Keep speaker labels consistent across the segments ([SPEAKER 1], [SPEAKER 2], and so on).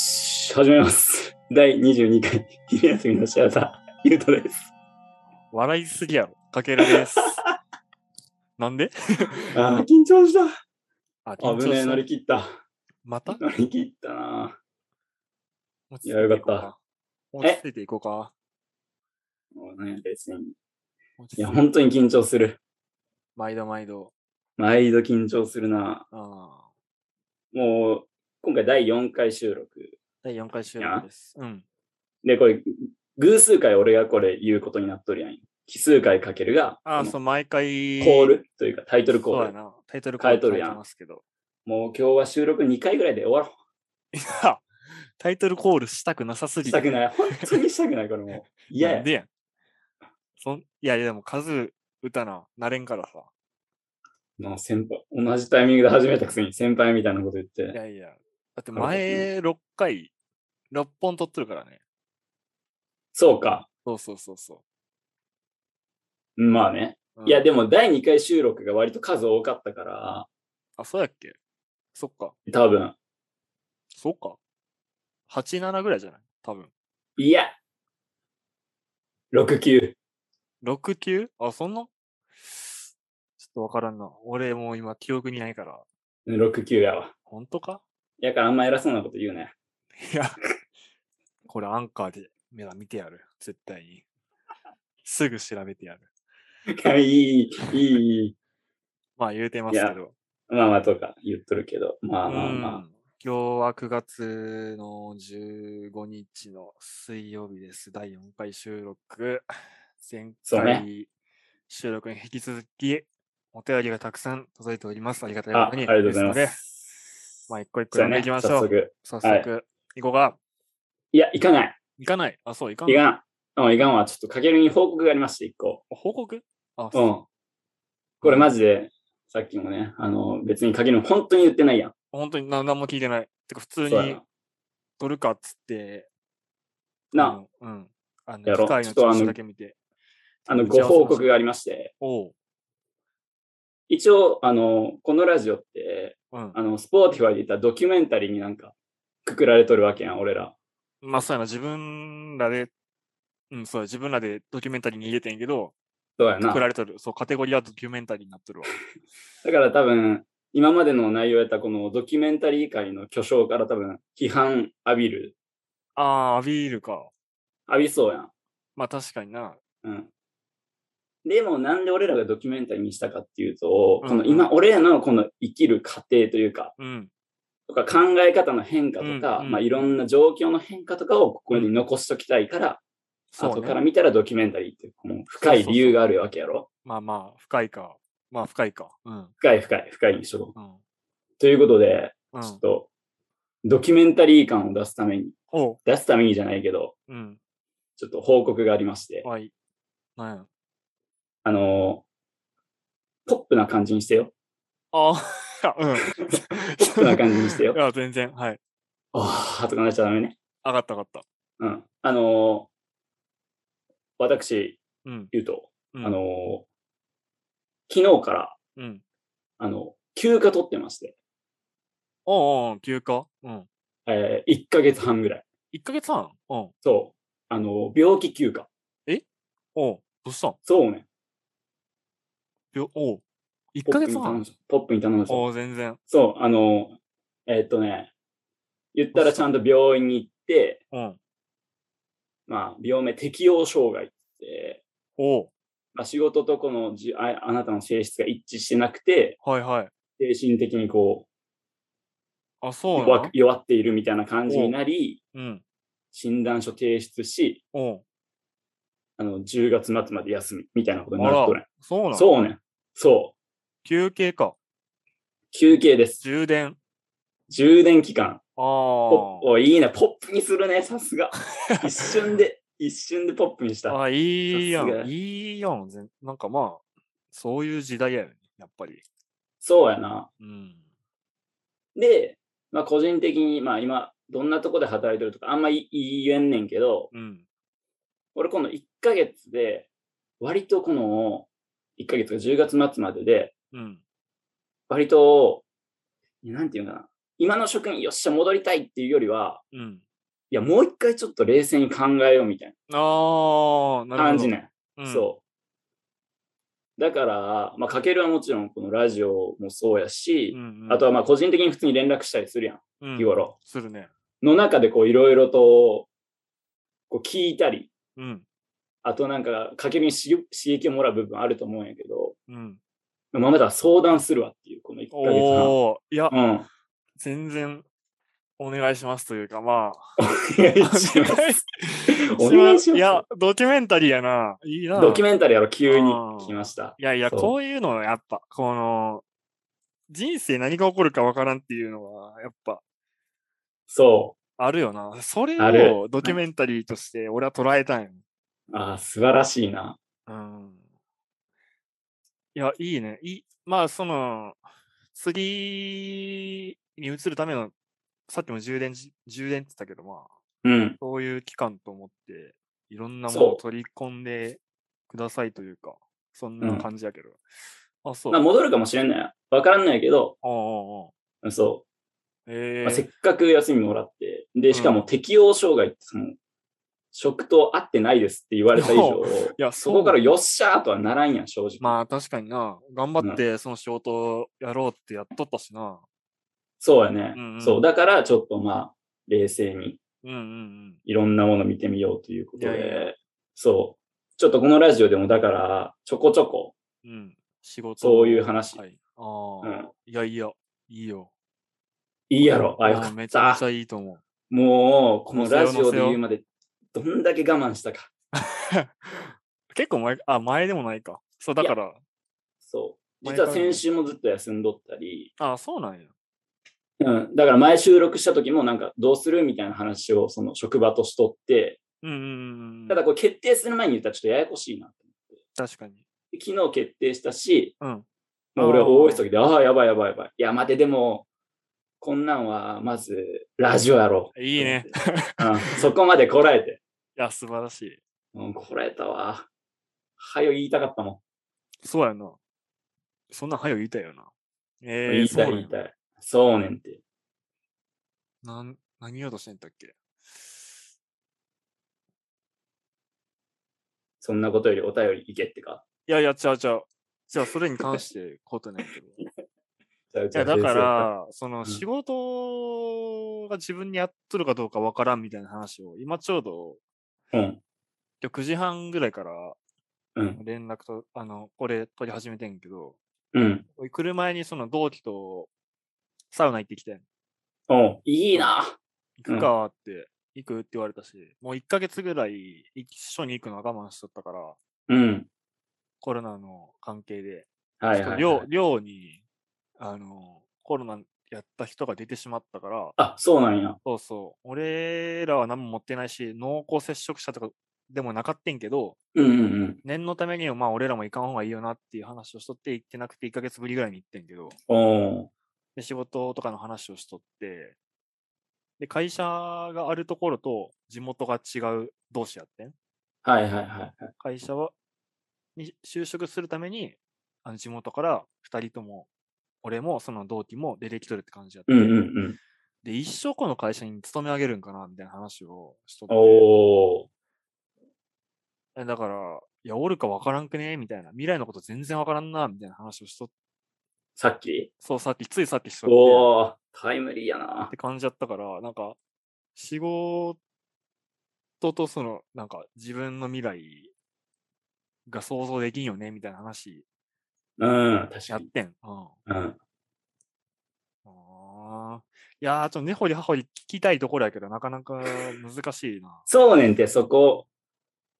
[SPEAKER 1] 始めます。 第22回、 昼休みの幸せ、 ゆうとです。
[SPEAKER 2] 笑いすぎやろ。かけ るです。なんで
[SPEAKER 1] ああ、緊張した。
[SPEAKER 2] あ、緊張
[SPEAKER 1] 危ねえ、乗り
[SPEAKER 2] した。
[SPEAKER 1] 切った。
[SPEAKER 2] また
[SPEAKER 1] 乗り切ったな。
[SPEAKER 2] 落
[SPEAKER 1] いやよかった
[SPEAKER 2] 落ち着いていこうか。
[SPEAKER 1] もうね、別に。
[SPEAKER 2] 落ち着
[SPEAKER 1] い
[SPEAKER 2] い
[SPEAKER 1] や、
[SPEAKER 2] ていこうか。
[SPEAKER 1] 本当に緊張する。
[SPEAKER 2] 毎度毎度。
[SPEAKER 1] 毎度緊張するな。
[SPEAKER 2] ああ
[SPEAKER 1] もう、今回第4回収録。
[SPEAKER 2] 第4回収録です。うん。
[SPEAKER 1] で、これ、偶数回俺がこれ言うことになっとるやん。奇数回かけるが、
[SPEAKER 2] ああ、
[SPEAKER 1] こ
[SPEAKER 2] そう、毎回。
[SPEAKER 1] のコールというかタイトルコ
[SPEAKER 2] そ
[SPEAKER 1] ー
[SPEAKER 2] うや
[SPEAKER 1] ル。
[SPEAKER 2] な。タイトルコール
[SPEAKER 1] 変えとるやん
[SPEAKER 2] 書いてますけど。
[SPEAKER 1] もう今日は収録2回ぐらいで終わろう。
[SPEAKER 2] タイトルコールしたくなさすぎ
[SPEAKER 1] したくない。本当にしたくない、これもう。嫌
[SPEAKER 2] な
[SPEAKER 1] や
[SPEAKER 2] んで。やん。そんいやいや、でも数歌な、なれんからさ。
[SPEAKER 1] まあ先輩、同じタイミングで始めたくせに先輩みたいなこと言っ
[SPEAKER 2] い
[SPEAKER 1] て。
[SPEAKER 2] やいや。だっ
[SPEAKER 1] そ
[SPEAKER 2] て
[SPEAKER 1] うで
[SPEAKER 2] 前6回、6本撮ってるからね。
[SPEAKER 1] そうか。
[SPEAKER 2] そうそうそうそ
[SPEAKER 1] まあね。
[SPEAKER 2] う。うん
[SPEAKER 1] いや、でも第2回収録が割と数多かったから、
[SPEAKER 2] あ、そうやっけそっか。
[SPEAKER 1] 多分。
[SPEAKER 2] そっか。8、7ぐらいじゃない多分。
[SPEAKER 1] いや。6、9。
[SPEAKER 2] 6、9? あ、そんなちょっとわからんな。俺もう今記憶にないから。
[SPEAKER 1] 6、9やわ。
[SPEAKER 2] ほんとか
[SPEAKER 1] やからあんま偉そうなこと言うね。
[SPEAKER 2] いや、これアンカーで目が見てやる。絶対に。すぐ調べてやる。
[SPEAKER 1] いい、いい、いい。
[SPEAKER 2] まあ言うてますけど。
[SPEAKER 1] まあまあとか言っとるけど。まあまあまあ。
[SPEAKER 2] うん今日は9月の15日の水曜日です。第4回収録。前
[SPEAKER 1] そうね
[SPEAKER 2] 回収録に引き続き、お手上げがたくさん届いております。ありがたい
[SPEAKER 1] あ、
[SPEAKER 2] こ
[SPEAKER 1] あ
[SPEAKER 2] と
[SPEAKER 1] り
[SPEAKER 2] に。
[SPEAKER 1] がとうございま
[SPEAKER 2] ですので。
[SPEAKER 1] す。
[SPEAKER 2] まあ、一個一個
[SPEAKER 1] じゃあ
[SPEAKER 2] 読ん
[SPEAKER 1] ね、
[SPEAKER 2] でいきまし
[SPEAKER 1] 早
[SPEAKER 2] ょう。
[SPEAKER 1] 速。
[SPEAKER 2] 早
[SPEAKER 1] はい
[SPEAKER 2] 速、行こうか。
[SPEAKER 1] いや、行かない。
[SPEAKER 2] 行かない。あ、そう、行か
[SPEAKER 1] 行
[SPEAKER 2] ない。
[SPEAKER 1] かん。うん、行かんわ。ちょっとかけるに報告がありまして、一個。
[SPEAKER 2] 報告あ、
[SPEAKER 1] う。
[SPEAKER 2] そうん
[SPEAKER 1] これマジで、さっきもね、あの、別に限るの本当に言ってないやん。
[SPEAKER 2] 本当に何何も聞いてない。てか、普通
[SPEAKER 1] そうや
[SPEAKER 2] に撮るかっつって、
[SPEAKER 1] な。
[SPEAKER 2] あ
[SPEAKER 1] な
[SPEAKER 2] のうん。あの、
[SPEAKER 1] やろ
[SPEAKER 2] 機械
[SPEAKER 1] ちょ
[SPEAKER 2] の
[SPEAKER 1] っとあ
[SPEAKER 2] 調
[SPEAKER 1] の
[SPEAKER 2] 子だけ見て。
[SPEAKER 1] あの、
[SPEAKER 2] 打ち
[SPEAKER 1] ご
[SPEAKER 2] 合わせ
[SPEAKER 1] 報告がありまして、
[SPEAKER 2] おう。
[SPEAKER 1] 一応、あの、このラジオって、
[SPEAKER 2] うん。
[SPEAKER 1] あの、スポーティファイで言ったらドキュメンタリーになんか、くくられとるわけやん、俺ら。
[SPEAKER 2] まあ、そうやな。自分らで、うん、そうや。自分らでドキュメンタリーに入れてんけど、
[SPEAKER 1] そうやな。
[SPEAKER 2] 作
[SPEAKER 1] だ
[SPEAKER 2] られとる。そう、カテゴリーはドキュメンタリーになっとるわ。
[SPEAKER 1] から多分、今までの内容やったこのドキュメンタリー界の巨匠から多分、批判浴びる、
[SPEAKER 2] あー、アビールか。
[SPEAKER 1] 浴びそうやん。
[SPEAKER 2] まあ、確かにな。
[SPEAKER 1] うん。でも、なんで俺らがドキュメンタリーにしたかっていうと、
[SPEAKER 2] うん
[SPEAKER 1] この今、俺らのこの生きる過程というか、
[SPEAKER 2] うん。
[SPEAKER 1] とか考え方の変化とか、
[SPEAKER 2] うんうん
[SPEAKER 1] まあ、いろんな状況の変化とかをここに残しときたいから、
[SPEAKER 2] そう、ね。
[SPEAKER 1] 後から見たらドキュメンタリーっていうこの深い理由があるわけやろ
[SPEAKER 2] まあまあ、深いか。まあ、深いか。うん。
[SPEAKER 1] 深い深い深いにしよ
[SPEAKER 2] うん。
[SPEAKER 1] うということで、
[SPEAKER 2] う
[SPEAKER 1] ちょっ
[SPEAKER 2] ん。
[SPEAKER 1] とドキュメンタリー感を出すために
[SPEAKER 2] おう。
[SPEAKER 1] 出すためにじゃないけど
[SPEAKER 2] うん。
[SPEAKER 1] ちょっと報告がありまして
[SPEAKER 2] はい。なんや。
[SPEAKER 1] あのーポップな感じにしてよ
[SPEAKER 2] あ あ、うん。
[SPEAKER 1] ポップな感じにしてよ
[SPEAKER 2] いや、全然。はい。
[SPEAKER 1] ああとかなっちゃダメね
[SPEAKER 2] 上がった上がった。
[SPEAKER 1] うんあのー私
[SPEAKER 2] うん。
[SPEAKER 1] 言うと、
[SPEAKER 2] うん
[SPEAKER 1] あのー昨日から
[SPEAKER 2] うん。
[SPEAKER 1] あの休暇取ってまして
[SPEAKER 2] おうおう、休暇うん。
[SPEAKER 1] えー、1ヶ月半ぐらい。
[SPEAKER 2] 1ヶ月半うん。
[SPEAKER 1] そう。あの、病気休暇。
[SPEAKER 2] おう。どうしたん
[SPEAKER 1] そうね。
[SPEAKER 2] びょおう。1
[SPEAKER 1] ポ
[SPEAKER 2] ヶ
[SPEAKER 1] ップに
[SPEAKER 2] 月
[SPEAKER 1] 頼む
[SPEAKER 2] 半
[SPEAKER 1] ぞ。ポップに頼む
[SPEAKER 2] お
[SPEAKER 1] ぞ。
[SPEAKER 2] おう全然。
[SPEAKER 1] そう、あの、えーっとね、言ったらちゃんと病院に行って、
[SPEAKER 2] うん。
[SPEAKER 1] まあ、病名適応障害って、
[SPEAKER 2] おう。
[SPEAKER 1] まあ、仕事とこのじああなたの性質が一致してなくて、
[SPEAKER 2] はいはい。
[SPEAKER 1] 精神的にこ
[SPEAKER 2] あ、
[SPEAKER 1] う、
[SPEAKER 2] そうな
[SPEAKER 1] 弱く
[SPEAKER 2] の
[SPEAKER 1] 弱っているみたいな感じになり、
[SPEAKER 2] うん。
[SPEAKER 1] 診断書提出し、
[SPEAKER 2] おう。
[SPEAKER 1] あの、10月末まで休みみたいなことになっとる
[SPEAKER 2] そうな
[SPEAKER 1] やん
[SPEAKER 2] の
[SPEAKER 1] そうね。そう。
[SPEAKER 2] 休憩か。
[SPEAKER 1] 休憩です。
[SPEAKER 2] 充電。
[SPEAKER 1] 充電期間。
[SPEAKER 2] あ
[SPEAKER 1] ポップ
[SPEAKER 2] あ。
[SPEAKER 1] おいいね、ポップにするね、さす が。一瞬で、一瞬でポップにした。
[SPEAKER 2] あ、いいや
[SPEAKER 1] さすが
[SPEAKER 2] ん。いいやん。全なんかまあ、そういう時代やよね。やっぱり。
[SPEAKER 1] そうやな。
[SPEAKER 2] うん。
[SPEAKER 1] で、まあ、個人的に、まあ、今、どんなとこで働いてるとか、あんまり言えんねんけど、
[SPEAKER 2] うん。
[SPEAKER 1] 俺、この1ヶ月で、割とこの、1ヶ月が10月末までで、
[SPEAKER 2] うん。
[SPEAKER 1] 割と、なんていうのかな。今の職員、よっしゃ、戻りたいっていうよりは、
[SPEAKER 2] うん。
[SPEAKER 1] いや、もう一回ちょっと冷静に考えようみたい
[SPEAKER 2] ああ、な
[SPEAKER 1] な感
[SPEAKER 2] るほど。
[SPEAKER 1] じね。
[SPEAKER 2] うん
[SPEAKER 1] そう。だから、まあ、かけるはもちろん、このラジオもそうやし、
[SPEAKER 2] うんうん
[SPEAKER 1] あとはまあ個人的に普通に連絡したりするやん、
[SPEAKER 2] うん
[SPEAKER 1] 日頃。
[SPEAKER 2] するね。
[SPEAKER 1] の中でこういろいろとこう聞いたり、
[SPEAKER 2] うん。
[SPEAKER 1] あとなんかかけるに刺激刺激をもらう部分あると思うんやけど、
[SPEAKER 2] うん。
[SPEAKER 1] まあまだ相談するわっていう、この1ヶ月
[SPEAKER 2] おお、いや、
[SPEAKER 1] 半。うん。
[SPEAKER 2] 全然お願いしますというか、まあ。
[SPEAKER 1] お 願いします。お
[SPEAKER 2] お
[SPEAKER 1] 願
[SPEAKER 2] 願
[SPEAKER 1] い
[SPEAKER 2] い
[SPEAKER 1] し
[SPEAKER 2] し
[SPEAKER 1] ま
[SPEAKER 2] ますす。いや、ドキュメンタリーやな。いいな。
[SPEAKER 1] ドキュメンタリーやろ、急に
[SPEAKER 2] うん
[SPEAKER 1] 来ました。
[SPEAKER 2] いやいや、
[SPEAKER 1] そう
[SPEAKER 2] こういうのやっぱ、この、人生何が起こるかわからんっていうのは、やっぱ、
[SPEAKER 1] そ
[SPEAKER 2] あるよな。それ
[SPEAKER 1] ある
[SPEAKER 2] をドキュメンタリーとして俺は捉えたんよ。
[SPEAKER 1] う。ああ、素晴らしいな。
[SPEAKER 2] うん。いや、いいね。いいまあ、その、次に移るための、さっきも充電し、充電って言ったけど、まあ、
[SPEAKER 1] うん。
[SPEAKER 2] そういう期間と思って、いろんなもの
[SPEAKER 1] そ
[SPEAKER 2] を
[SPEAKER 1] う
[SPEAKER 2] 取り込んでくださいというか、そんな
[SPEAKER 1] うん
[SPEAKER 2] 感じやけど。あ、そう。
[SPEAKER 1] まあ、戻るかもしれんない。わからんないけど、
[SPEAKER 2] おうおうおう
[SPEAKER 1] うんそ
[SPEAKER 2] え
[SPEAKER 1] う。
[SPEAKER 2] え
[SPEAKER 1] まあ、せっかく休みもらって、で、しかも適応障害って、その、食と合ってないですって言われた以 上、
[SPEAKER 2] いや、
[SPEAKER 1] そこから
[SPEAKER 2] ら
[SPEAKER 1] よっしゃーとはならんやん、正直。
[SPEAKER 2] まあ確かにな、頑張ってその仕事をやろうってやっとったしな。
[SPEAKER 1] そうやね、
[SPEAKER 2] うんうん
[SPEAKER 1] そう。だから、ちょっとまあ、冷静に
[SPEAKER 2] うんうん
[SPEAKER 1] いろんなもの見てみようということで、
[SPEAKER 2] いやいや
[SPEAKER 1] そう。ちょっとこのラジオでも、だから、ちょこちょこ、
[SPEAKER 2] うん。うん。仕事
[SPEAKER 1] そういう話
[SPEAKER 2] はい。あ
[SPEAKER 1] う
[SPEAKER 2] あ、
[SPEAKER 1] ん、
[SPEAKER 2] いやいや、いいよ。
[SPEAKER 1] いいやろ。あ、よ
[SPEAKER 2] もう
[SPEAKER 1] かっ
[SPEAKER 2] めちゃ
[SPEAKER 1] た
[SPEAKER 2] めち。ゃいいと思う。
[SPEAKER 1] もう、このラジオで
[SPEAKER 2] 乗せよう乗せ
[SPEAKER 1] 言う
[SPEAKER 2] よう
[SPEAKER 1] まで、どんだけ我慢したか。
[SPEAKER 2] 結構前、あ、前でもないか。そう、だから、
[SPEAKER 1] そう。
[SPEAKER 2] 毎
[SPEAKER 1] 実
[SPEAKER 2] 回
[SPEAKER 1] は先週もずっと休んどったり、
[SPEAKER 2] あそうなんや。
[SPEAKER 1] うん、だから前収録した時もなんかどうするみたいな話をその職場としとって、
[SPEAKER 2] うんうんうんうん。
[SPEAKER 1] ただこう決定する前に言ったらちょっとややこしいな。
[SPEAKER 2] 確かに。
[SPEAKER 1] で昨日決定したし、
[SPEAKER 2] うん
[SPEAKER 1] まあ、俺は大急ぎで、ああ、やばいやばいやばい。いや、待て、でも、こんなんはまずラジオやろう。
[SPEAKER 2] いいね。
[SPEAKER 1] うん、そこまでこらえて。
[SPEAKER 2] いや、素晴らしい。
[SPEAKER 1] うん、こらえたわ。はよ言いたかったもん。
[SPEAKER 2] そうやな。そんなん早よ言いたいよな。ええ
[SPEAKER 1] 言いたい言
[SPEAKER 2] そうなん
[SPEAKER 1] い
[SPEAKER 2] や
[SPEAKER 1] たい。そうねんって。
[SPEAKER 2] なん何言おうとしてんだっけ
[SPEAKER 1] そんなことよりお便りいけってか。
[SPEAKER 2] いやいや、ちゃうちゃう。じゃあ、それに関して ことないけど。い
[SPEAKER 1] じゃあうちは
[SPEAKER 2] や、だ
[SPEAKER 1] 先生
[SPEAKER 2] か、
[SPEAKER 1] やから
[SPEAKER 2] そ
[SPEAKER 1] うん
[SPEAKER 2] の仕事が自分にやっとるかどうかわからんみたいな話を、今ちょうど、
[SPEAKER 1] ら、うん、
[SPEAKER 2] 今日9時半ぐらいから
[SPEAKER 1] うん、
[SPEAKER 2] 連絡と、あの、これ取り始めてんけど、
[SPEAKER 1] うん。
[SPEAKER 2] 来る前にその同期とサウナ行ってきてん。
[SPEAKER 1] おういいな。
[SPEAKER 2] 行くかって、行くって言われたし、もう1ヶ月ぐらい一緒に行くのは我慢しとったから、
[SPEAKER 1] うん。
[SPEAKER 2] コロナの関係で、
[SPEAKER 1] はいはい、
[SPEAKER 2] ちょっ
[SPEAKER 1] は
[SPEAKER 2] と
[SPEAKER 1] い。
[SPEAKER 2] 寮寮に、あの、コロナやった人が出てしまったから、
[SPEAKER 1] あ、そうなんや。
[SPEAKER 2] そうそう、俺らは何も持ってないし、濃厚接触者とかでもなかったんけど、
[SPEAKER 1] うんうんうん。
[SPEAKER 2] 念のためにもまあ俺らも行かん方がいいよなっていう話をしとって、行ってなくて1ヶ月ぶりぐらいに行ってんけど、
[SPEAKER 1] おう
[SPEAKER 2] で仕事とかの話をしとって、で、会社があるところと地元が違う同士やってん。
[SPEAKER 1] はいはいはい。
[SPEAKER 2] 会社はに就職するためにあの地元から2人とも俺もその同期も出てきとるって感じやって、
[SPEAKER 1] うんうんうん。
[SPEAKER 2] で一生この会社に勤め上げるんかなみたいな話をしとって
[SPEAKER 1] おお。
[SPEAKER 2] えだからいやおるか分からんくねみたいな未来のこと全然分からんなみたいな話をしとっ
[SPEAKER 1] さっき
[SPEAKER 2] そうさっきついさっきしとってっ
[SPEAKER 1] おお。タイムリーやな
[SPEAKER 2] て。感じやったからなんか仕事とそのなんか自分の未来が想像できんよねみたいな話
[SPEAKER 1] うん。確
[SPEAKER 2] や
[SPEAKER 1] か
[SPEAKER 2] っ
[SPEAKER 1] に。
[SPEAKER 2] てん、うん、
[SPEAKER 1] うん。
[SPEAKER 2] ああ。いやー、ちょっと根掘り葉掘り聞きたいところやけど、なかなか難しいな。
[SPEAKER 1] そうねんって、そこ。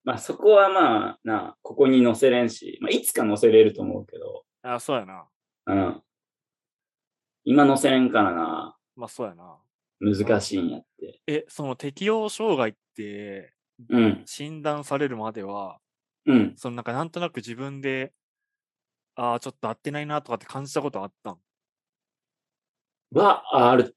[SPEAKER 1] まあそこはまあな、ここに載せれんし、まあいつか載せれると思うけど、
[SPEAKER 2] あーそうやな。
[SPEAKER 1] うん。今載せれんからな、
[SPEAKER 2] まあ、そうやな。
[SPEAKER 1] 難しいんやって。
[SPEAKER 2] え、その適応障害って
[SPEAKER 1] うん。
[SPEAKER 2] 診断されるまでは、
[SPEAKER 1] うん。
[SPEAKER 2] そのなんかなんとなく自分で、ああ、ちょっと合ってないなとかって感じたことあったん
[SPEAKER 1] は、ある、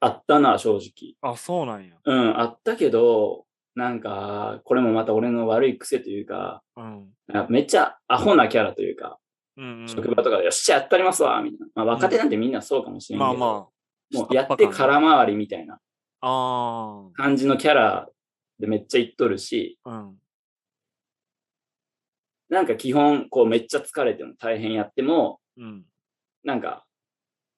[SPEAKER 1] あったな、正直。
[SPEAKER 2] あ、そうなんや。
[SPEAKER 1] うん、あったけど、なんか、これもまた俺の悪い癖というか、
[SPEAKER 2] うん。
[SPEAKER 1] なんかめっちゃアホなキャラというか、
[SPEAKER 2] うんうんうん、
[SPEAKER 1] 職場とかで、よっしゃ、やったりますわ、みたいな。まあ、若手なんてみんなそうかもしれんけ
[SPEAKER 2] まあ
[SPEAKER 1] ど、
[SPEAKER 2] まあ。
[SPEAKER 1] もうやって
[SPEAKER 2] ら。
[SPEAKER 1] 空回りみたいな
[SPEAKER 2] あ
[SPEAKER 1] 感じのキャラでめっちゃ言っとるし、
[SPEAKER 2] あ、うん。
[SPEAKER 1] なんか基本、こうめっちゃ疲れても大変やっても、
[SPEAKER 2] うん。
[SPEAKER 1] なんか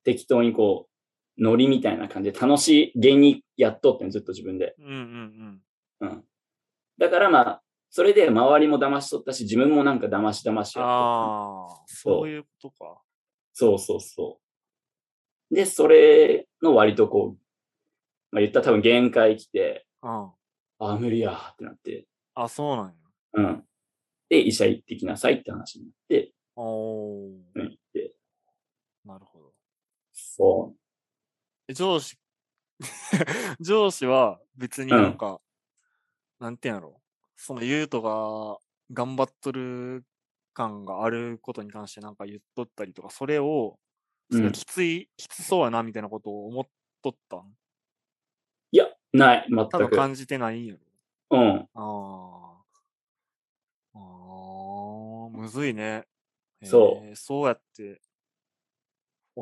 [SPEAKER 1] 適当にこう、ノリみたいな感じで楽しい芸人やっとってんずっと自分で。
[SPEAKER 2] うんうん
[SPEAKER 1] うん。だからまあ、それで周りも騙しとったし、自分もなんか騙し騙し
[SPEAKER 2] うん。
[SPEAKER 1] やっとった。
[SPEAKER 2] ああ、そういうことか。
[SPEAKER 1] そうそうそう。で、それの割とこう、まあ言ったら多分限界来て、
[SPEAKER 2] うん。
[SPEAKER 1] あ、無理やーってなって、
[SPEAKER 2] あ、そうなんや。
[SPEAKER 1] うん。で、医者行ってきなさいって話になって、
[SPEAKER 2] おー、
[SPEAKER 1] うん、行って、
[SPEAKER 2] なるほど。
[SPEAKER 1] そう
[SPEAKER 2] え上司、 上司は別になんか、なんていうんやろ。その優斗が頑張っとる感があることに関してなんか言っとったりとか、それを、それ
[SPEAKER 1] うん
[SPEAKER 2] きつい、きつそうやなみたいなことを思っとったん
[SPEAKER 1] いや、ない、
[SPEAKER 2] 多
[SPEAKER 1] 全
[SPEAKER 2] 分
[SPEAKER 1] く。
[SPEAKER 2] 感じてないんやろ。
[SPEAKER 1] うん。
[SPEAKER 2] ああ。ああ、むずいね。
[SPEAKER 1] そ
[SPEAKER 2] えーそうやって。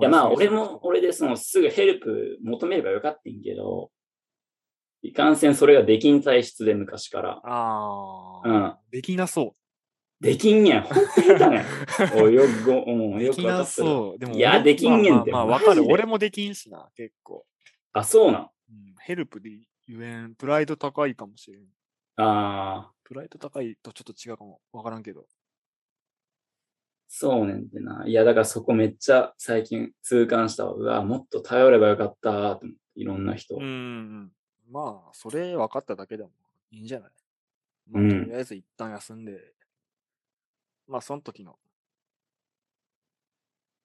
[SPEAKER 1] いや、まあ、
[SPEAKER 2] お休
[SPEAKER 1] 俺
[SPEAKER 2] みする人
[SPEAKER 1] も
[SPEAKER 2] が、
[SPEAKER 1] 俺で、その、すぐヘルプ求めればよかったんけど、いかんせんそれができん体質で、昔から。
[SPEAKER 2] ああ、
[SPEAKER 1] うん。
[SPEAKER 2] できなそう。
[SPEAKER 1] できんねん。ほんと下手ね ん。お いよくご、もう
[SPEAKER 2] で
[SPEAKER 1] よく
[SPEAKER 2] き
[SPEAKER 1] 分かっ
[SPEAKER 2] な
[SPEAKER 1] てる。
[SPEAKER 2] そう。でも
[SPEAKER 1] いや
[SPEAKER 2] 俺
[SPEAKER 1] できんげんって
[SPEAKER 2] まあまあ、
[SPEAKER 1] マ
[SPEAKER 2] わ
[SPEAKER 1] ジで
[SPEAKER 2] かる。俺もできんしな、結構。
[SPEAKER 1] あ、そうなん。
[SPEAKER 2] うんヘルプで言えん。プライド高いかもしれん。
[SPEAKER 1] ああ、
[SPEAKER 2] プライド高いとちょっと違うかも。わからんけど。
[SPEAKER 1] そうねんってな。いや、だからそこめっちゃ最近痛感したわ。うわ、もっと頼ればよかったーと思って、いろんな人。
[SPEAKER 2] うんうん。まあ、それ分かっただけでもいいんじゃないま
[SPEAKER 1] う
[SPEAKER 2] あ、
[SPEAKER 1] ん
[SPEAKER 2] とりあえず一旦休んで、まあ、その時の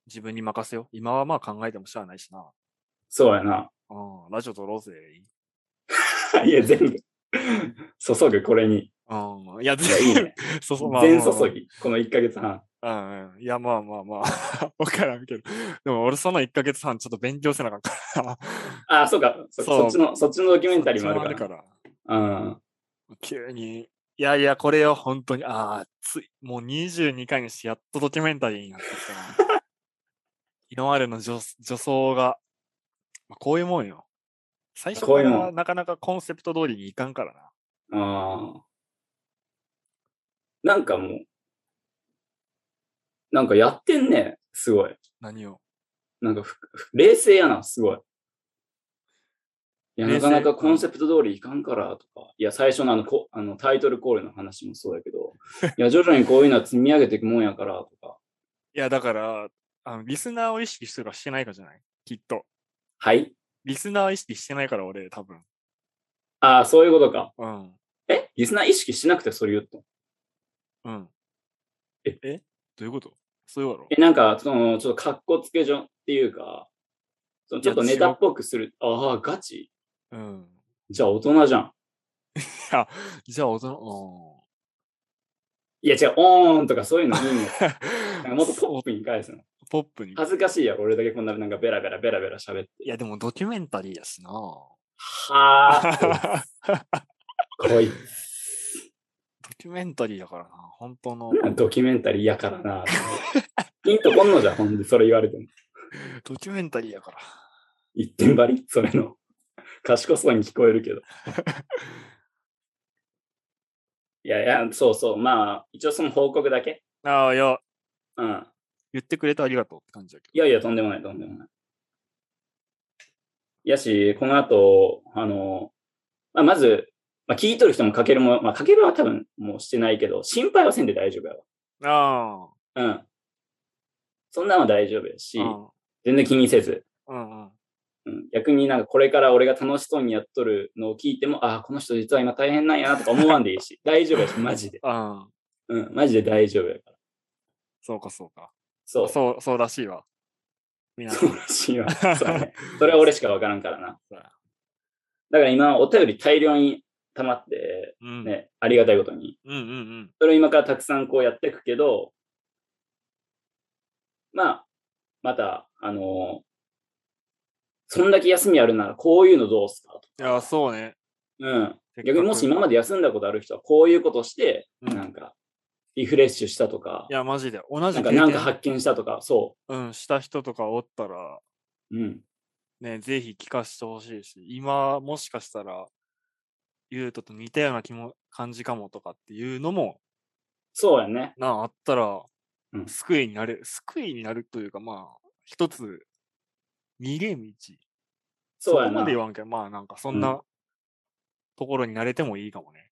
[SPEAKER 2] 自分に任せよう。今はまあ考えてもしゃあないしな。
[SPEAKER 1] そうやな。
[SPEAKER 2] うん、ラジオ撮ろうぜ。
[SPEAKER 1] いや、全部。注ぐ、これに。
[SPEAKER 2] うん、いや、
[SPEAKER 1] いや、いいね。
[SPEAKER 2] そう そう、まあ
[SPEAKER 1] 全
[SPEAKER 2] まあまあ
[SPEAKER 1] 注ぎ。この1ヶ月半。
[SPEAKER 2] うんうん。いや、まあまあ まあ、わからんけど。でも俺その1ヶ月半ちょっと勉強せなあかんから。
[SPEAKER 1] ああ、そうかそ
[SPEAKER 2] そ
[SPEAKER 1] そっ
[SPEAKER 2] う
[SPEAKER 1] ちの、そっちのドキュメンタリーもあ
[SPEAKER 2] そっち
[SPEAKER 1] るから。
[SPEAKER 2] ら。
[SPEAKER 1] うん。
[SPEAKER 2] 急に、いやいや、これよ、本当に、ああ、つい、もう22回にしてやっとドキュメンタリーになってきたな。 今までの女女装が、まあ、こういうもんよ。最初
[SPEAKER 1] こう
[SPEAKER 2] か
[SPEAKER 1] いうもん
[SPEAKER 2] らなかなかコンセプト通りにいかんからな。
[SPEAKER 1] ああ。なんかもう、なんかやってんね。すごい。
[SPEAKER 2] 何を。
[SPEAKER 1] なんかふ、 ふ冷静やな、すごい。いや、
[SPEAKER 2] 冷
[SPEAKER 1] な
[SPEAKER 2] 静
[SPEAKER 1] かなかコンセプト通りいかんからとか、いや、最初のあのこあのタイトルコールの話もそうやけど、いや、徐々にこういうのは積み上げていくもんやからとか、
[SPEAKER 2] いや、だから、あのリスナーを意識してるかしてないかじゃないきっと。
[SPEAKER 1] はい
[SPEAKER 2] リスナーを意識してないから俺、多分。
[SPEAKER 1] ああ、そういうことか。
[SPEAKER 2] うん。
[SPEAKER 1] えリスナー意識しなくてそれ言った
[SPEAKER 2] うん。
[SPEAKER 1] え
[SPEAKER 2] えどういうことそういうこと
[SPEAKER 1] え、なんか、その、ちょっと格好つけじょっていうか、そのちょっと
[SPEAKER 2] いや
[SPEAKER 1] ネタっぽくする。ああ、ガチ
[SPEAKER 2] うん。
[SPEAKER 1] じゃあ大人じゃん。
[SPEAKER 2] じゃあ、大人、
[SPEAKER 1] いや違う、オーンとかそういうのいいんよなん か
[SPEAKER 2] うん。
[SPEAKER 1] もっとポップに返すの。
[SPEAKER 2] ポップに。
[SPEAKER 1] 恥ずかしいやろ、俺だけこんななんかベラベラベラベラ喋って。
[SPEAKER 2] いや、でもドキュメンタリーやしな。
[SPEAKER 1] はあ、 こいつ
[SPEAKER 2] ドキュメンタリーやからな、本当の。
[SPEAKER 1] ドキュメンタリーやからな。ヒントこんのじゃん、ほんで、それ言われても。
[SPEAKER 2] ドキュメンタリーやから。
[SPEAKER 1] 一点張りそれの。賢そうに聞こえるけど。いやいや、そうそう。まあ、一応その報告だけ。
[SPEAKER 2] ああ、いや、
[SPEAKER 1] うん。
[SPEAKER 2] 言ってくれてありがとうって感じだけ
[SPEAKER 1] いやいや、とんでもない、とんでもない。やし、この後、あの、まあ、まず、まあ、聞いとる人もかけるも、まあ、かけるは多分もうしてないけど、心配はせんで大丈夫やわ。
[SPEAKER 2] ど。あ
[SPEAKER 1] うん。そんなんは大丈夫やし
[SPEAKER 2] あ、、うん
[SPEAKER 1] 全然気にせず。
[SPEAKER 2] うんうん。
[SPEAKER 1] うん、逆になんかこれから俺が楽しそうにやっとるのを聞いても、ああ、この人実は今大変なんやなとか思わんでいい し、大丈夫やし、マジで。
[SPEAKER 2] ああ、
[SPEAKER 1] うん、マジで大丈夫やから。
[SPEAKER 2] そうかそうか。
[SPEAKER 1] そう。そ
[SPEAKER 2] そう、そうらしいわ。みんな。
[SPEAKER 1] うらしいわ。そうだね。それは俺しかわからんからな。
[SPEAKER 2] そうや
[SPEAKER 1] だから今、お便り大量に溜まって、
[SPEAKER 2] うん。
[SPEAKER 1] ね、ありがたいことに。
[SPEAKER 2] うんうんうん。
[SPEAKER 1] それを今からたくさんこうやっていくけど、まあ、また、あのーそんだけ休みあるならこういうのどうすかと。
[SPEAKER 2] いや、そうね。
[SPEAKER 1] うん。
[SPEAKER 2] せっかく
[SPEAKER 1] 逆にもし今まで休んだことある人はこういうことして、
[SPEAKER 2] うん
[SPEAKER 1] なんか、リフレッシュしたとか
[SPEAKER 2] い、や、マジで。同
[SPEAKER 1] な
[SPEAKER 2] じ
[SPEAKER 1] ん
[SPEAKER 2] 経
[SPEAKER 1] かなんか
[SPEAKER 2] 験
[SPEAKER 1] 発見したとか、そ
[SPEAKER 2] うん、した人とかおったら、
[SPEAKER 1] う。うん。
[SPEAKER 2] ね、ぜひ聞かせてほしいし、今もしかしたら、ゆうとと似たような気も感じかもとかっていうのも、
[SPEAKER 1] そうやね。
[SPEAKER 2] なあ、あったら
[SPEAKER 1] う、ん
[SPEAKER 2] 救いになれる、救いになるというか、まあ、一つ、逃げ道。そ
[SPEAKER 1] そうや
[SPEAKER 2] こま
[SPEAKER 1] な
[SPEAKER 2] で。言わんけど、まあなんかそんなところになれてもいいかもね。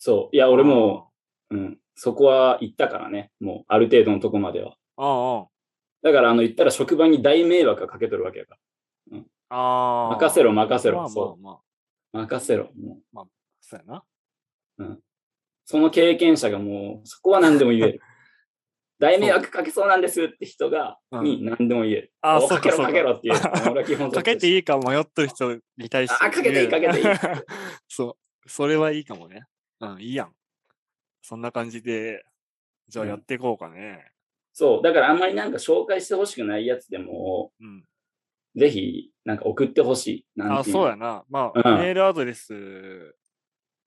[SPEAKER 1] そう。いや、俺もう、うん、そこは行ったからね。もう、ある程度のとこまでは。
[SPEAKER 2] ああ、
[SPEAKER 1] だから、あの、言ったら職場に大迷惑がかけとるわけやから。
[SPEAKER 2] ああああ。
[SPEAKER 1] 任せろ、任せろ。
[SPEAKER 2] まあまあ
[SPEAKER 1] そ
[SPEAKER 2] まあ、
[SPEAKER 1] う。任せろ。もう
[SPEAKER 2] そうやな。
[SPEAKER 1] その経験者がもう、そこは何でも言え る。大迷惑かけそうなんですって人が、
[SPEAKER 2] うん
[SPEAKER 1] に何でも言える。
[SPEAKER 2] あ
[SPEAKER 1] お
[SPEAKER 2] そう
[SPEAKER 1] かけ
[SPEAKER 2] か
[SPEAKER 1] ろ、
[SPEAKER 2] そう
[SPEAKER 1] か
[SPEAKER 2] か
[SPEAKER 1] けろっていう。 俺は基本
[SPEAKER 2] かけて
[SPEAKER 1] い
[SPEAKER 2] いいか迷ってる人に対して。
[SPEAKER 1] あかけていいかけていい
[SPEAKER 2] そう、それはいいかもね。うん、いいやん。そんな感じで、じゃあやっていこうかね。
[SPEAKER 1] そう。だから、あんまりなんか紹介してほしくないやつでも、
[SPEAKER 2] うん。
[SPEAKER 1] ぜひ、なんか送ってほしい。なん
[SPEAKER 2] あ、
[SPEAKER 1] ていの
[SPEAKER 2] そうやな。まあ、
[SPEAKER 1] うん
[SPEAKER 2] メールアドレス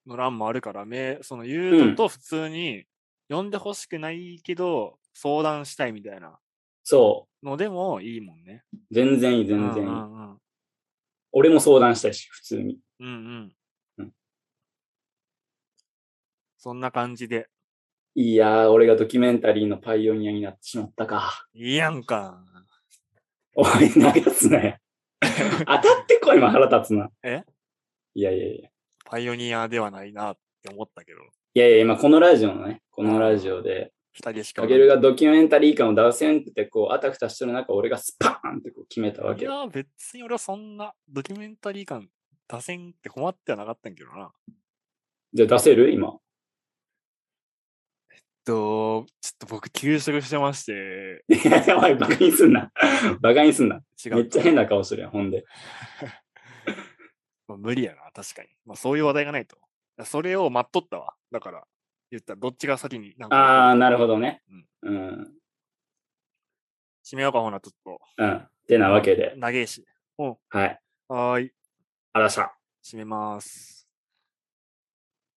[SPEAKER 2] の欄もあるから、めその言うのと普通に呼んでほしくないけど、相談したいみたいな
[SPEAKER 1] そ
[SPEAKER 2] のでもいいもんね。
[SPEAKER 1] う。全然いい、全然
[SPEAKER 2] う
[SPEAKER 1] いい。
[SPEAKER 2] んうん
[SPEAKER 1] 俺も相談したいし、普通に。
[SPEAKER 2] うん。うんう
[SPEAKER 1] うんん。
[SPEAKER 2] そんな感じで。
[SPEAKER 1] いやー、俺がドキュメンタリーのパイオニアになってしまったか。
[SPEAKER 2] いいやんか。
[SPEAKER 1] おい、投げ出すな よ。当たってこい、今腹立つな。
[SPEAKER 2] え
[SPEAKER 1] いやいやいや。
[SPEAKER 2] パイオニアではないなって思ったけど、
[SPEAKER 1] いやいや、今このラジオのね、このラジオで、
[SPEAKER 2] 二人しか
[SPEAKER 1] か
[SPEAKER 2] おら
[SPEAKER 1] け
[SPEAKER 2] ん
[SPEAKER 1] るがドキュメンタリー感を出せんって、こう、あたふたしてる中、俺がスパーンってこう決めたわ
[SPEAKER 2] い
[SPEAKER 1] けよ。
[SPEAKER 2] や、別に俺はそんなドキュメンタリー感出せんって困ってはなかったんやけどな。
[SPEAKER 1] じゃあ出せる今。
[SPEAKER 2] と、ちょっと僕休職してまして、
[SPEAKER 1] いやいや、おい、バカにすん な。バカにすんな。
[SPEAKER 2] 違うか。
[SPEAKER 1] めっちゃ変な顔するやん、ほんで。
[SPEAKER 2] まあ無理やな、確かに。まあそういう話題がないと。それを待っとったわ。だから、言ったらどっちが先になん
[SPEAKER 1] あー、
[SPEAKER 2] か
[SPEAKER 1] なるほどね。うん。
[SPEAKER 2] 締めようかほな、ちょっと。
[SPEAKER 1] うん。ってなわけで。
[SPEAKER 2] 長えし。
[SPEAKER 1] はい。
[SPEAKER 2] はーい、
[SPEAKER 1] あらっしゃ。
[SPEAKER 2] 締めます。